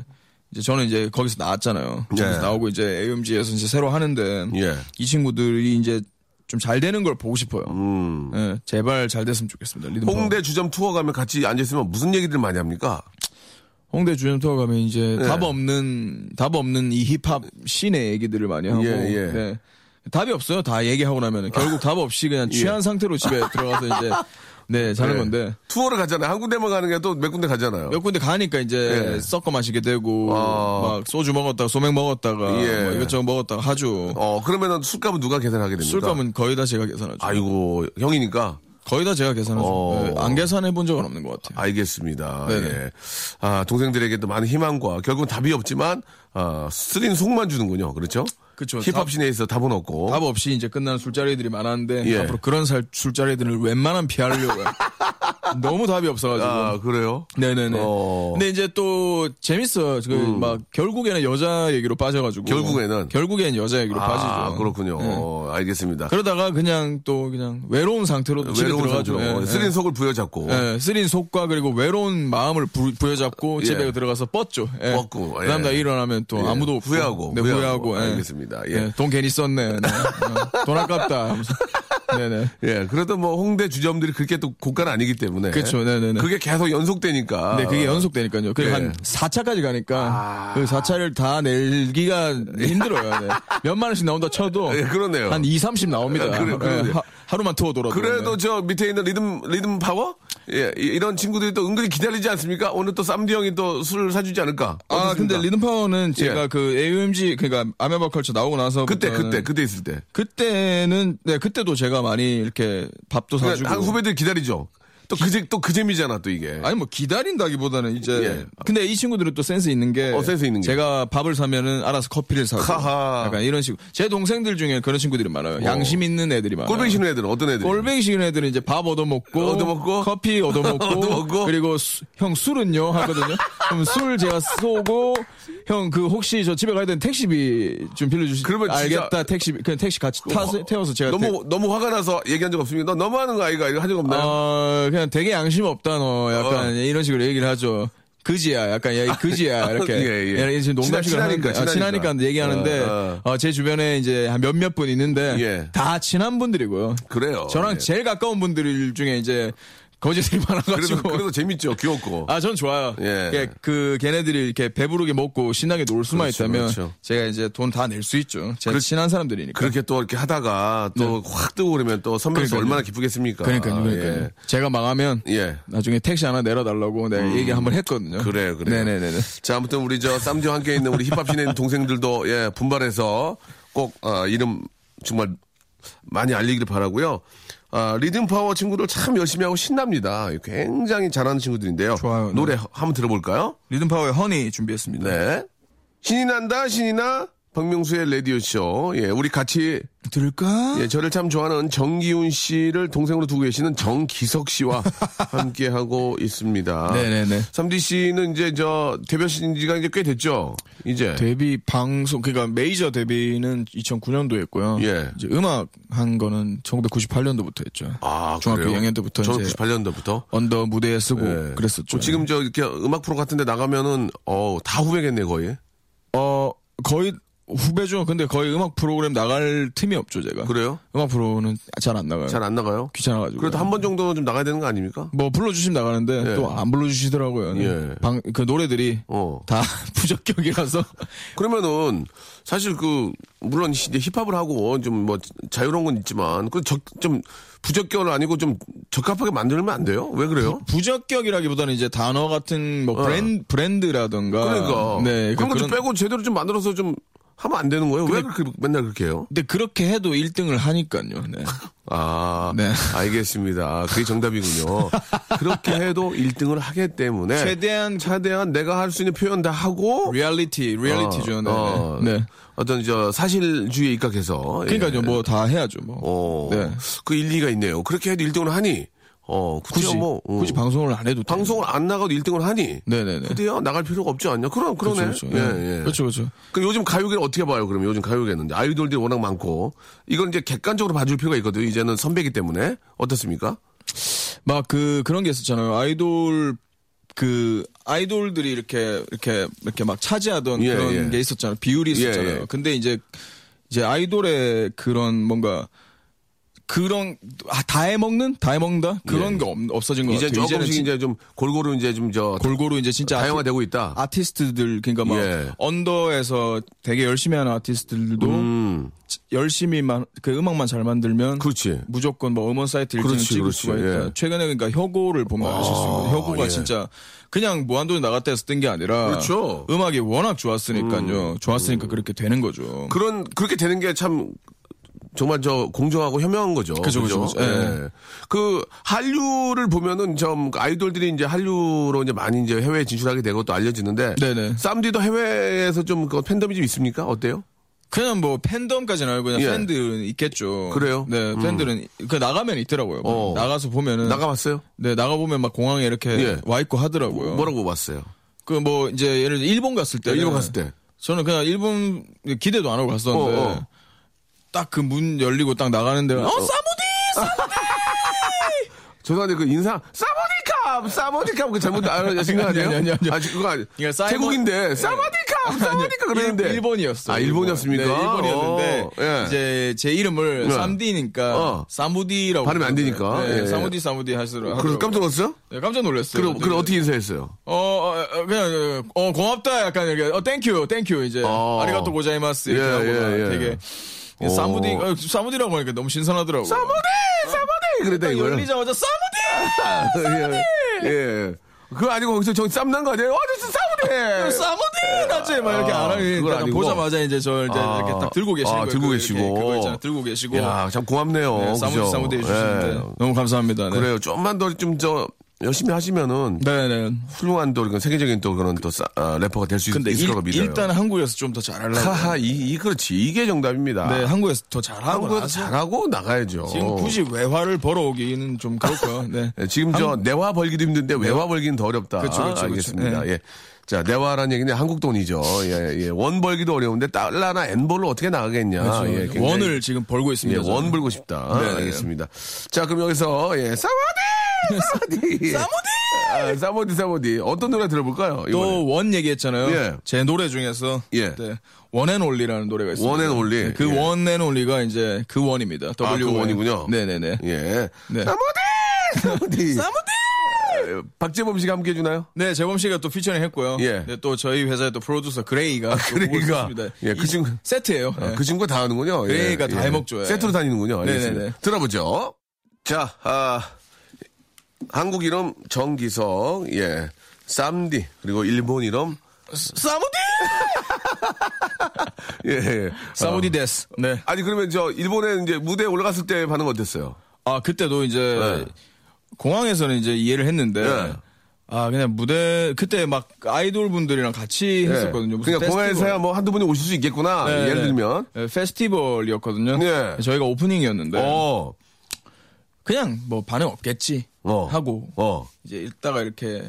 Speaker 4: 이제 저는 이제 거기서 나왔잖아요.
Speaker 1: 예.
Speaker 4: 거기서 나오고 이제 AMG에서 이제 새로 하는데
Speaker 1: 예.
Speaker 4: 이 친구들이 이제 좀 잘 되는 걸 보고 싶어요.
Speaker 1: 음.
Speaker 4: 예, 제발 잘 됐으면 좋겠습니다. 리듬 파워.
Speaker 1: 홍대 주점 투어 가면 같이 앉아있으면 무슨 얘기들 많이 합니까?
Speaker 4: 홍대 주점 투어 가면 이제
Speaker 1: 네.
Speaker 4: 답 없는 답 없는 이 힙합 씬의 얘기들을 많이 하고
Speaker 1: 예, 예.
Speaker 4: 네. 답이 없어요. 다 얘기하고 나면 결국 답 없이 그냥 취한 상태로 집에 들어가서 이제 네 자는
Speaker 1: 예.
Speaker 4: 건데
Speaker 1: 투어를 가잖아요. 한 군데만 가는 게 또 몇 군데 가잖아요.
Speaker 4: 몇 군데 가니까 이제
Speaker 1: 예.
Speaker 4: 섞어 마시게 되고
Speaker 1: 아.
Speaker 4: 막 소주 먹었다가 소맥 먹었다가
Speaker 1: 예.
Speaker 4: 뭐 이것저것 먹었다가 하죠.
Speaker 1: 어, 그러면은 술값은 누가 계산하게 됩니까?
Speaker 4: 술값은 거의 다 제가 계산하죠.
Speaker 1: 아이고, 형이니까.
Speaker 4: 거의 다 제가 계산하죠.
Speaker 1: 어.
Speaker 4: 네, 안 계산해 본 적은 없는 것 같아요.
Speaker 1: 알겠습니다.
Speaker 4: 네네.
Speaker 1: 예. 아, 동생들에게도 많은 희망과 결국은 답이 없지만, 아, 쓰린 속만 주는군요. 그렇죠?
Speaker 4: 그쵸.
Speaker 1: 힙합
Speaker 4: 답-
Speaker 1: 씬에 있어 답은 없고.
Speaker 4: 답 없이 이제 끝나는 술자리들이 많았는데
Speaker 1: 예.
Speaker 4: 앞으로 그런 살 술자리들을 웬만하면 피하려고요. 너무 답이 없어가지고.
Speaker 1: 아, 그래요?
Speaker 4: 네네네.
Speaker 1: 어. 음.
Speaker 4: 근데 이제 또 재밌어요. 그, 막, 결국에는 여자 얘기로 빠져가지고.
Speaker 1: 결국에는?
Speaker 4: 결국엔 여자 얘기로
Speaker 1: 아,
Speaker 4: 빠지죠.
Speaker 1: 그렇군요.
Speaker 4: 네.
Speaker 1: 어, 알겠습니다.
Speaker 4: 그러다가 그냥 또 그냥 외로운 상태로 집에
Speaker 1: 네, 외로운
Speaker 4: 들어가죠.
Speaker 1: 상태로
Speaker 4: 예,
Speaker 1: 쓰린
Speaker 4: 예.
Speaker 1: 속을 부여잡고
Speaker 4: 예, 쓰린 속과 그리고 외로운 마음을 부, 여잡고
Speaker 1: 예.
Speaker 4: 집에 들어가서 뻗죠. 예.
Speaker 1: 뻗고, 예.
Speaker 4: 그다음 날 일어나면 또
Speaker 1: 예.
Speaker 4: 아무도 없고.
Speaker 1: 후회하고,
Speaker 4: 네,
Speaker 1: 후회하고.
Speaker 4: 후회하고. 예.
Speaker 1: 알겠습니다. 예.
Speaker 4: 돈 괜히 썼네. 네. 어, 돈 아깝다. 하면서. 네네.
Speaker 1: 예, 그래도 뭐 홍대 주점들이 그렇게 또 고가는 아니기 때문에.
Speaker 4: 그쵸, 네네네.
Speaker 1: 그게 계속 연속되니까.
Speaker 4: 네, 그게 연속되니까요. 그게
Speaker 1: 네. 아.
Speaker 4: 한 4차까지 가니까 그 4차를 다 내기가 힘들어요. 네. 몇만 원씩 나온다 쳐도
Speaker 1: 예, 그러네요.
Speaker 4: 한 2, 30 나옵니다.
Speaker 1: 아, 그래요, 그러네요.
Speaker 4: 예, 하, 하루만 투어 돌아도.
Speaker 1: 그래도
Speaker 4: 네.
Speaker 1: 저 밑에 있는 리듬 리듬 파워 예 이- 이런 친구들이 또 은근히 기다리지 않습니까? 오늘 또 쌈디 형이 또 술을 사주지 않을까?
Speaker 4: 아,
Speaker 1: 어떻습니까?
Speaker 4: 근데 리듬파워는 제가
Speaker 1: 예.
Speaker 4: 그 AOMG 그러니까 아메바 컬처 나오고 나서
Speaker 1: 그때 그때 그때 있을 때
Speaker 4: 그때는 네, 그때도 제가 많이 이렇게 밥도 사 주고
Speaker 1: 그러니까 한 후배들 기다리죠. 또 그제 또 그재미잖아 또 이게.
Speaker 4: 아니 뭐 기다린다기보다는 이제
Speaker 1: 예.
Speaker 4: 근데 이 친구들은 또 센스 있는 게
Speaker 1: 어, 센스 있는 게.
Speaker 4: 제가 밥을 사면은 알아서 커피를 사고
Speaker 1: 하하. 어.
Speaker 4: 약간 이런 식으로 제 동생들 중에 그런 친구들이 많아요 양심 있는 애들이 많아요
Speaker 1: 꼴뱅이 싫은 애들은 어떤 애들?
Speaker 4: 꼴뱅이 싫은 애들은 이제 밥 얻어먹고,
Speaker 1: 얻어먹고,
Speaker 4: 커피 얻어먹고,
Speaker 1: 얻어먹고.
Speaker 4: 그리고 수- 형 술은요 하거든요 그럼 술 제가 쏘고 형 그 혹시 저 집에 가야 되는 택시비 좀 빌려주시
Speaker 1: 그러면 진짜- 어,
Speaker 4: 알겠다 택시 그냥 택시 같이 타, 태워서 제가 택-
Speaker 1: 너무 너무 화가 나서 얘기한 적 없습니까? 너 너무하는 거 아이가 이거 한적 없나요?
Speaker 4: 어, 그냥 되게 양심 없다, 너. 약간
Speaker 1: 네. 어. 아,
Speaker 4: 이런 식으로 얘기를 하죠. 그지야, 약간, 야, 이 그지야, 이렇게.
Speaker 1: 예, 예.
Speaker 4: 예, 지금 농담식으로
Speaker 1: 친하- 친하니까,
Speaker 4: 하는데, 아,
Speaker 1: 친하니까.
Speaker 4: 친하니까 얘기하는데,
Speaker 1: 어,
Speaker 4: 어, 제 주변에 이제 한 몇몇 분 있는데,
Speaker 1: 예.
Speaker 4: 다 친한 분들이고요.
Speaker 1: 그래요.
Speaker 4: 저랑
Speaker 1: 예.
Speaker 4: 제일 가까운 분들 중에 이제, 거짓들이
Speaker 1: 그래도
Speaker 4: 많아가지고.
Speaker 1: 그래도 재밌죠. 귀엽고.
Speaker 4: 아, 전 좋아요.
Speaker 1: 예.
Speaker 4: 예, 그, 걔네들이 이렇게 배부르게 먹고 신나게 놀 수만
Speaker 1: 그렇죠,
Speaker 4: 있다면,
Speaker 1: 그렇죠.
Speaker 4: 제가 이제 돈 다 낼 수 있죠. 제가
Speaker 1: 그렇-
Speaker 4: 친한 사람들이니까.
Speaker 1: 그렇게 또 이렇게 하다가 또 확 뜨고 그러면 또 선배로서
Speaker 4: 네. 그러니까요.
Speaker 1: 얼마나 기쁘겠습니까?
Speaker 4: 그러니까요, 그러니까요.
Speaker 1: 예.
Speaker 4: 제가 망하면,
Speaker 1: 예. 음.
Speaker 4: 나중에 택시 하나 내려달라고 내가 얘기 한 번 했거든요.
Speaker 1: 그래요, 그래요.
Speaker 4: 네네네네.
Speaker 1: 자, 아무튼 우리 저 쌈디와 함께 있는 우리 힙합 신인 동생들도 예, 분발해서 꼭 어, 이름 정말 많이 알리기를 바라고요. 아, 리듬 파워 친구들 참 열심히 하고 신납니다. 굉장히 잘하는 친구들인데요.
Speaker 4: 좋아요, 네.
Speaker 1: 노래 한번 들어볼까요?
Speaker 4: 리듬 파워의 허니 준비했습니다.
Speaker 1: 네. 신이 난다, 신이 나. 박명수의 라디오쇼. 예, 우리 같이,
Speaker 4: 들을까?
Speaker 1: 예, 저를 참 좋아하는 정기훈 씨를 동생으로 두고 계시는 정기석 씨와 함께하고 있습니다.
Speaker 4: 네네네.
Speaker 1: 삼디 씨는 이제 저 데뷔하신 지가 이제 꽤 됐죠? 이제.
Speaker 4: 데뷔 방송 그러니까 메이저 데뷔는 2009년도 했고요.
Speaker 1: 예.
Speaker 4: 이제 음악 한 거는 1998년도부터 했죠.
Speaker 1: 아,
Speaker 4: 중학교
Speaker 1: 그래요?
Speaker 4: 2학년 때부터
Speaker 1: 저는
Speaker 4: 이제
Speaker 1: 98년도부터.
Speaker 4: 언더 무대에 쓰고
Speaker 1: 예.
Speaker 4: 그랬었죠.
Speaker 1: 어, 지금 저 이렇게 음악 프로 같은 데 나가면은, 어, 다 후배겠네, 거의.
Speaker 4: 어 거의 후배죠. 근데 거의 음악 프로그램 나갈 틈이 없죠, 제가.
Speaker 1: 그래요?
Speaker 4: 음악 프로는 잘 안 나가요.
Speaker 1: 잘 안 나가요?
Speaker 4: 귀찮아가지고.
Speaker 1: 그래도 한 번 정도는 좀 나가야 되는 거 아닙니까?
Speaker 4: 뭐 불러주시면 나가는데
Speaker 1: 예.
Speaker 4: 또 안 불러주시더라고요.
Speaker 1: 예.
Speaker 4: 방, 그 노래들이
Speaker 1: 어.
Speaker 4: 다 부적격이라서
Speaker 1: 그러면은 사실 그 물론 이제 힙합을 하고 좀 뭐 자유로운 건 있지만 그좀 부적격은 아니고 좀 적합하게 만들면 안 돼요? 왜 그래요?
Speaker 4: 부적격이라기보다는 이제 단어 같은 뭐 브랜드 브랜드라던가
Speaker 1: 그러니까
Speaker 4: 네,
Speaker 1: 그런 거 좀
Speaker 4: 그런-
Speaker 1: 빼고 제대로 좀 만들어서 좀 하면 안 되는 거예요? 왜 그렇게 맨날 그렇게 해요?
Speaker 4: 근데 그렇게 해도 1등을 하니까요. 네.
Speaker 1: 아,
Speaker 4: 네.
Speaker 1: 알겠습니다. 아, 그게 정답이군요. 그렇게 해도 1등을 하기 때문에
Speaker 4: 최대한
Speaker 1: 최대한 내가 할 수 있는 표현 다 하고
Speaker 4: 리얼리티, 리얼리티죠. 네.
Speaker 1: 어,
Speaker 4: 네.
Speaker 1: 어떤 저 사실주의에 입각해서 예.
Speaker 4: 그러니까요. 뭐 다 해야죠.
Speaker 1: 어,
Speaker 4: 뭐. 네.
Speaker 1: 그 일리가 있네요. 그렇게 해도 1등을 하니, 어, 굳이,
Speaker 4: 굳이
Speaker 1: 뭐, 어,
Speaker 4: 굳이 방송을 안 해도 돼요.
Speaker 1: 방송을 안 나가도 1등을 하니,
Speaker 4: 네, 네, 네.
Speaker 1: 그래야 나갈 필요가 없지 않냐? 그럼, 그러네.
Speaker 4: 그렇죠.
Speaker 1: 예,
Speaker 4: 그렇죠.
Speaker 1: 예.
Speaker 4: 그렇죠. 그렇죠.
Speaker 1: 그 요즘 가요계를 어떻게 봐요, 그러면? 요즘 가요계는. 아이돌들이 워낙 많고, 이건 이제 객관적으로 봐줄 필요가 있거든요. 이제는 선배기 때문에. 어떻습니까?
Speaker 4: 막 그 그런 게 있었잖아요. 아이돌 그 아이돌들이 이렇게 이렇게 이렇게 막 차지하던
Speaker 1: 예,
Speaker 4: 그런
Speaker 1: 예.
Speaker 4: 게 있었잖아요. 비율이 있었잖아요.
Speaker 1: 예, 예.
Speaker 4: 근데 이제 이제 아이돌의 그런 뭔가 그런 아, 다 해먹는 다 해먹는다 그런 게 없, 어진것
Speaker 1: 예. 이제
Speaker 4: 같아요.
Speaker 1: 조금씩
Speaker 4: 진-
Speaker 1: 이제 좀 골고루 이제 좀 저,
Speaker 4: 골고루 이제 진짜
Speaker 1: 다양화되고 있다.
Speaker 4: 아티스트들 그러니까 막
Speaker 1: 예.
Speaker 4: 언더에서 되게 열심히 하는 아티스트들도
Speaker 1: 음,
Speaker 4: 열심히만 그 음악만 잘 만들면
Speaker 1: 그렇지.
Speaker 4: 무조건 뭐 음원 사이트 일등
Speaker 1: 그렇지,
Speaker 4: 찍을
Speaker 1: 그렇지,
Speaker 4: 수가 있다.
Speaker 1: 예.
Speaker 4: 최근에 그러니까 혁오를 보면 아실 수 있는 혁오가
Speaker 1: 예.
Speaker 4: 진짜 그냥 무한도전 나갔다 해서 뜬 게 아니라
Speaker 1: 그렇죠. 음.
Speaker 4: 음악이 워낙 좋았으니까요. 좋았으니까 그렇게 되는 거죠.
Speaker 1: 그런 그렇게 되는 게 참 정말 저 공정하고 현명한 거죠.
Speaker 4: 그죠, 그죠,
Speaker 1: 그죠?
Speaker 4: 그죠. 예.
Speaker 1: 예. 그 한류를 보면은 좀 아이돌들이 이제 한류로 이제 많이 이제 해외에 진출하게 되고 또 알려지는데
Speaker 4: 네네.
Speaker 1: 쌈디도 해외에서 좀 그 팬덤이 좀 있습니까? 어때요?
Speaker 4: 그냥 뭐 팬덤까지는 아니고 그냥
Speaker 1: 예.
Speaker 4: 팬들은 있겠죠.
Speaker 1: 그래요? 음.
Speaker 4: 네, 팬들은 그 나가면 있더라고요. 뭐
Speaker 1: 어.
Speaker 4: 나가서 보면은
Speaker 1: 나가봤어요?
Speaker 4: 네, 나가 보면 막 공항에 이렇게
Speaker 1: 예.
Speaker 4: 와 있고 하더라고요.
Speaker 1: 뭐라고 봤어요?
Speaker 4: 그 뭐 이제 예를 들어 일본 갔을 때
Speaker 1: 일본 갔을 때.
Speaker 4: 저는 그냥 일본 기대도 안 하고 갔었는데
Speaker 1: 어, 어.
Speaker 4: 딱 그 문 열리고 딱 나가는데 어 사무디
Speaker 1: 죄송한데 그 인상 사모디캅 사모디캅 그 잘못 알아 생각하네요.
Speaker 4: 아니, 아니, 아니, 아니.
Speaker 1: 아직 그거 아니.
Speaker 4: 이게 사이버- 네.
Speaker 1: 태국인데 사모디캅 사모디캅 그랬는데
Speaker 4: 일- 일본이었어요.
Speaker 1: 아 일본이었습니까?
Speaker 4: 네, 일본이었는데
Speaker 1: 어, 예.
Speaker 4: 이제 제 이름을
Speaker 1: 네.
Speaker 4: 삼디니까
Speaker 1: 어.
Speaker 4: 사무디라고
Speaker 1: 발음이 안 되니까.
Speaker 4: 네,
Speaker 1: 예.
Speaker 4: 사무디 사무디 하시더라고요.
Speaker 1: 그래서 깜짝 놀랐어요?
Speaker 4: 네, 깜짝 놀랐어요.
Speaker 1: 그럼
Speaker 4: 네,
Speaker 1: 그럼 어떻게 인사했어요?
Speaker 4: 어, 어, 어, 그냥 어 고맙다 약간 이렇게 어 땡큐 땡큐 이제
Speaker 1: 어.
Speaker 4: 아리가토 고자이마스 이렇게
Speaker 1: 예,
Speaker 4: 하고
Speaker 1: 예, 예.
Speaker 4: 되게
Speaker 1: 오.
Speaker 4: 사무디 어, 사무디라고 하니까 너무 신선하더라고요.
Speaker 1: 사모디 사모디 그랬다
Speaker 4: 딱
Speaker 1: 이거예요.
Speaker 4: 열리자마자 사무디
Speaker 1: 예. 예. 그거 아니고 거기서 저 쌈난 거 아니에요? 아저씨
Speaker 4: 그
Speaker 1: 싸우네.
Speaker 4: 예, 사무디 나지 막 이렇게
Speaker 1: 아,
Speaker 4: 안 하니
Speaker 1: 그건
Speaker 4: 그러니까
Speaker 1: 아니고.
Speaker 4: 보자마자 이제 저를 이제
Speaker 1: 아.
Speaker 4: 이렇게 딱 들고 계시는
Speaker 1: 아,
Speaker 4: 거예요.
Speaker 1: 들고
Speaker 4: 그,
Speaker 1: 계시고.
Speaker 4: 이렇게 그거 있잖아 들고 계시고
Speaker 1: 야, 참 고맙네요.
Speaker 4: 네, 사무디
Speaker 1: 그죠?
Speaker 4: 사무디
Speaker 1: 예.
Speaker 4: 해주시는데 너무 감사합니다. 네.
Speaker 1: 그래요. 좀만 더 좀 저 열심히 하시면은
Speaker 4: 네네.
Speaker 1: 훌륭한 또 그런 세계적인 또 그런 또 싸- 아, 래퍼가 될 수 있을
Speaker 4: 근데
Speaker 1: 거라고
Speaker 4: 일,
Speaker 1: 믿어요.
Speaker 4: 일단 한국에서 좀 더 잘하려고.
Speaker 1: 하하 이, 이 그렇지 이게 정답입니다.
Speaker 4: 네, 한국에서 더 잘하고.
Speaker 1: 한국에서
Speaker 4: 나서
Speaker 1: 잘하고 나가야죠.
Speaker 4: 지금 굳이 외화를 벌어오기는 좀 그렇고요. 네.
Speaker 1: 예, 지금 저 내화 벌기도 힘든데 외화 벌기는 더 어렵다.
Speaker 4: 그쵸, 그쵸, 네. 그쵸.
Speaker 1: 알겠습니다. 예. 자, 내화라는 얘기는 한국 돈이죠. 예, 예. 원 벌기도 어려운데 달러나 엔볼로 어떻게 나가겠냐. 예, 굉장히-
Speaker 4: 원을 지금 벌고
Speaker 1: 예,
Speaker 4: 있습니다.
Speaker 1: 원 벌고 싶다.
Speaker 4: 네, 네.
Speaker 1: 알겠습니다. 자, 그럼 여기서 예, 사모디, 사모디, 사모디, 사모디, 사모디. 어떤 노래 들어볼까요?
Speaker 4: 또
Speaker 1: 이번에?
Speaker 4: 원 얘기했잖아요.
Speaker 1: 예.
Speaker 4: 제 노래 중에서 네.
Speaker 1: 예.
Speaker 4: 원앤올리라는 노래가 있습니다.
Speaker 1: 원앤올리.
Speaker 4: 그
Speaker 1: 예.
Speaker 4: 원앤올리가 이제 그 원입니다. W
Speaker 1: 아, 그
Speaker 4: O N.
Speaker 1: 원이군요.
Speaker 4: 네네네.
Speaker 1: 예,
Speaker 4: 네.
Speaker 1: 사모디, 사모디,
Speaker 4: 사무디!
Speaker 1: 예, 박재범 씨가 함께 해주나요?
Speaker 4: 네, 재범 씨가 또 피처링 했고요.
Speaker 1: 예. 아,
Speaker 4: 네, 또 저희 회사의 또 프로듀서 그레이가 또 보고
Speaker 1: 그레이가.
Speaker 4: 있습니다.
Speaker 1: 예, 그
Speaker 4: 이
Speaker 1: 친구-
Speaker 4: 세트예요.
Speaker 1: 아,
Speaker 4: 예.
Speaker 1: 그 친구 다 하는군요.
Speaker 4: 그레이가 다 해먹죠, 예.
Speaker 1: 세트로 다니는군요. 알겠습니다.
Speaker 4: 네네네.
Speaker 1: 들어보죠. 자, 아, 한국 이름 정기석, 예, 쌈디 그리고 일본 이름
Speaker 4: 사무디!
Speaker 1: 예. 예.
Speaker 4: 사무디 네. 데스. 네.
Speaker 1: 어. 아니 그러면 저 일본에 이제 무대에 올라갔을 때 반응 어땠어요?
Speaker 4: 아 그때도 이제
Speaker 1: 네.
Speaker 4: 공항에서는 이제 이해를 했는데
Speaker 1: 네.
Speaker 4: 아 그냥 무대 그때 막 아이돌 분들이랑 같이 했었거든요. 무슨
Speaker 1: 그러니까 공항에서야 뭐 한두 분이 오실 수 있겠구나.
Speaker 4: 페스티벌.
Speaker 1: 예를
Speaker 4: 네,
Speaker 1: 들면.
Speaker 4: 네, 페스티벌이었거든요.
Speaker 1: 네.
Speaker 4: 저희가 오프닝이었는데
Speaker 1: 어,
Speaker 4: 그냥 뭐 반응 없겠지
Speaker 1: 어.
Speaker 4: 하고
Speaker 1: 어.
Speaker 4: 이제 읽다가 이렇게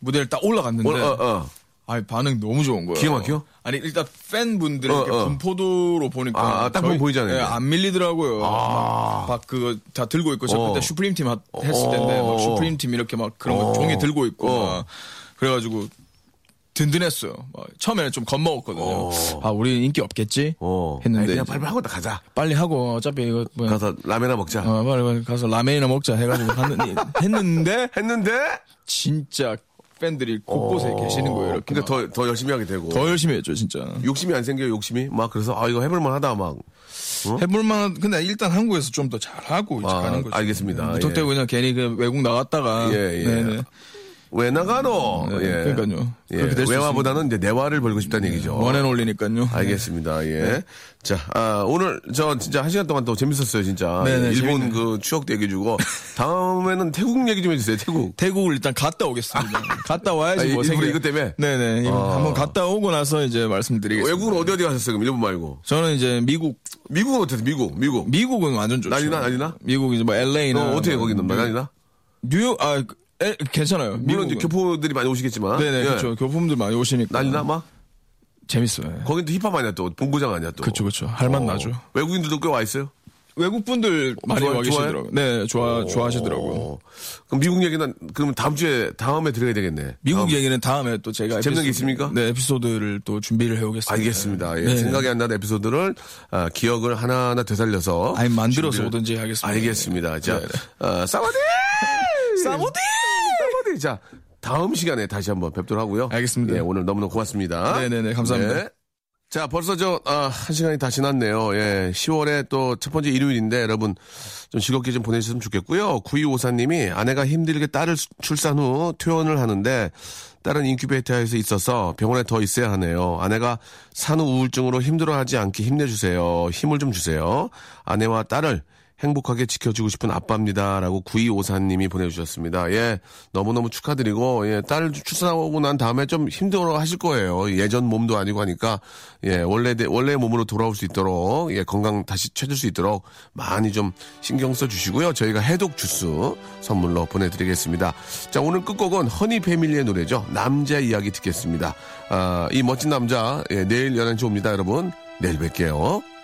Speaker 4: 무대를 딱 올라갔는데
Speaker 1: 어, 어, 어.
Speaker 4: 아니 반응 너무 좋은 거예요.
Speaker 1: 기가 막혀?
Speaker 4: 아니 일단 팬분들
Speaker 1: 어,
Speaker 4: 이렇게
Speaker 1: 어.
Speaker 4: 분포도로 보니까
Speaker 1: 아, 아, 딱 보면
Speaker 4: 저희-
Speaker 1: 보이잖아요. 아.
Speaker 4: 예, 안 밀리더라고요. 막 그거 다 들고 있고 저
Speaker 1: 어.
Speaker 4: 그때 슈프림 팀 하- 했을 때인데
Speaker 1: 어.
Speaker 4: 막 슈프림 팀 이렇게 막 그런 거 종이 들고 있고
Speaker 1: 어.
Speaker 4: 막 그래가지고 든든했어요. 막 처음에는 좀 겁먹었거든요. 아 우리 인기 없겠지
Speaker 1: 어. 아니,
Speaker 4: 했는데
Speaker 1: 그냥
Speaker 4: 이제
Speaker 1: 빨리 하고 나 가자.
Speaker 4: 빨리 하고 어차피 이거 뭐
Speaker 1: 가서 라면이나 먹자.
Speaker 4: 어, 빨리, 빨리 가서 라면이나 먹자 해가지고 갔는데- 했는데
Speaker 1: 했는데
Speaker 4: 진짜 팬들이 곳곳에 계시는 거예요. 뭐 이렇게
Speaker 1: 어. 근데
Speaker 4: 막.
Speaker 1: 그러니까 더, 더 열심히 하게 되고.
Speaker 4: 더 열심히 했죠 진짜.
Speaker 1: 욕심이 안 생겨요, 욕심이. 막 그래서 아, 이거 해볼만 하다, 막.
Speaker 4: 해볼만 근데 일단 한국에서 좀 더 잘하고 이제
Speaker 1: 어? 아,
Speaker 4: 가는 거죠.
Speaker 1: 알겠습니다.
Speaker 4: 무턱대고 그냥 괜히 그 외국 나갔다가
Speaker 1: 예, 예.
Speaker 4: 네네.
Speaker 1: 왜 나가노?
Speaker 4: 네,
Speaker 1: 예.
Speaker 4: 그러니까요.
Speaker 1: 예.
Speaker 4: 그렇게 될수 네.
Speaker 1: 외화보다는 이제 내화를 벌고 싶다는 얘기죠.
Speaker 4: 원앤올리니까요. 네.
Speaker 1: 알겠습니다. 예. 자, 아, 오늘 저 진짜 한 시간 동안 또 재밌었어요, 진짜.
Speaker 4: 네네,
Speaker 1: 일본
Speaker 4: 재밌네요.
Speaker 1: 그 추억도 얘기해주고 다음에는 태국 얘기 좀 해주세요. 태국.
Speaker 4: 태국을 일단 갔다 오겠습니다. 갔다 와야지
Speaker 1: 아,
Speaker 4: 뭐
Speaker 1: 일부러
Speaker 4: 생겨-
Speaker 1: 이것 때문에?
Speaker 4: 네네.
Speaker 1: 아.
Speaker 4: 한번 갔다 오고 나서 이제 말씀드리겠습니다.
Speaker 1: 외국은 어디 어디 가셨어요? 그럼 일본 말고.
Speaker 4: 저는 이제 미국
Speaker 1: 미국은 어땠어요? 미국, 미국.
Speaker 4: 미국은 완전 좋죠.
Speaker 1: 난리나, 난리나?
Speaker 4: 미국 이제 뭐 LA나 뭐
Speaker 1: 어, 어떻게 거기는 말이나?
Speaker 4: 뉴욕 아 그, 에, 괜찮아요.
Speaker 1: 물론
Speaker 4: 미국은.
Speaker 1: 이제 교포들이 많이 오시겠지만.
Speaker 4: 네네
Speaker 1: 예.
Speaker 4: 그렇죠. 교품들 많이 오시니까
Speaker 1: 난리나 막.
Speaker 4: 재밌어요.
Speaker 1: 거긴 또 힙합 아니야 또 본고장 아니야 또.
Speaker 4: 그렇죠 그렇죠. 할맛
Speaker 1: 어.
Speaker 4: 나죠.
Speaker 1: 외국인들도 꽤 와 있어요.
Speaker 4: 외국 분들 많이
Speaker 1: 좋아-
Speaker 4: 와 계시더라고요. 네, 좋아 좋아하시더라고요.
Speaker 1: 어. 그럼 미국 얘기는 그럼 다음 주에 다음에 들어야 되겠네.
Speaker 4: 미국
Speaker 1: 다음-
Speaker 4: 얘기는 다음에 또 제가
Speaker 1: 재밌는 게
Speaker 4: 에피소드-
Speaker 1: 있습니까?
Speaker 4: 네, 에피소드를 또 준비를 해오겠습니다.
Speaker 1: 알겠습니다. 예,
Speaker 4: 네.
Speaker 1: 생각이 안 나는 에피소드를 아, 기억을 하나하나 되살려서
Speaker 4: 아니 만들어서
Speaker 1: 준비를-
Speaker 4: 오든지 하겠습니다.
Speaker 1: 알겠습니다. 자,
Speaker 4: 네.
Speaker 1: 어, 사모디! 사모디! 사모디! 자, 다음 시간에 다시 한번 뵙도록 하고요.
Speaker 4: 알겠습니다.
Speaker 1: 예, 오늘 너무너무 고맙습니다.
Speaker 4: 네네네, 감사합니다.
Speaker 1: 자, 벌써 저, 아, 한 시간이 다 지났네요. 예, 10월에 또 첫 번째 일요일인데 여러분 좀 즐겁게 좀 보내셨으면 좋겠고요. 9254님이 아내가 힘들게 딸을 수- 출산 후 퇴원을 하는데 딸은 인큐베이터에서 있어서 병원에 더 있어야 하네요. 아내가 산후 우울증으로 힘들어하지 않게 힘내주세요. 힘을 좀 주세요. 아내와 딸을 행복하게 지켜주고 싶은 아빠입니다라고 9254님이 보내주셨습니다. 예, 너무너무 축하드리고 예, 딸 출산하고 난 다음에 좀 힘들어하실 거예요. 예전 몸도 아니고 하니까 예, 원래 내- 원래 몸으로 돌아올 수 있도록 예, 건강 다시 찾을 수 있도록 많이 좀 신경 써주시고요. 저희가 해독 주스 선물로 보내드리겠습니다. 자, 오늘 끝곡은 허니 패밀리의 노래죠. 남자 이야기 듣겠습니다. 아, 이 멋진 남자 예, 내일 11시 옵니다, 여러분. 내일 뵐게요.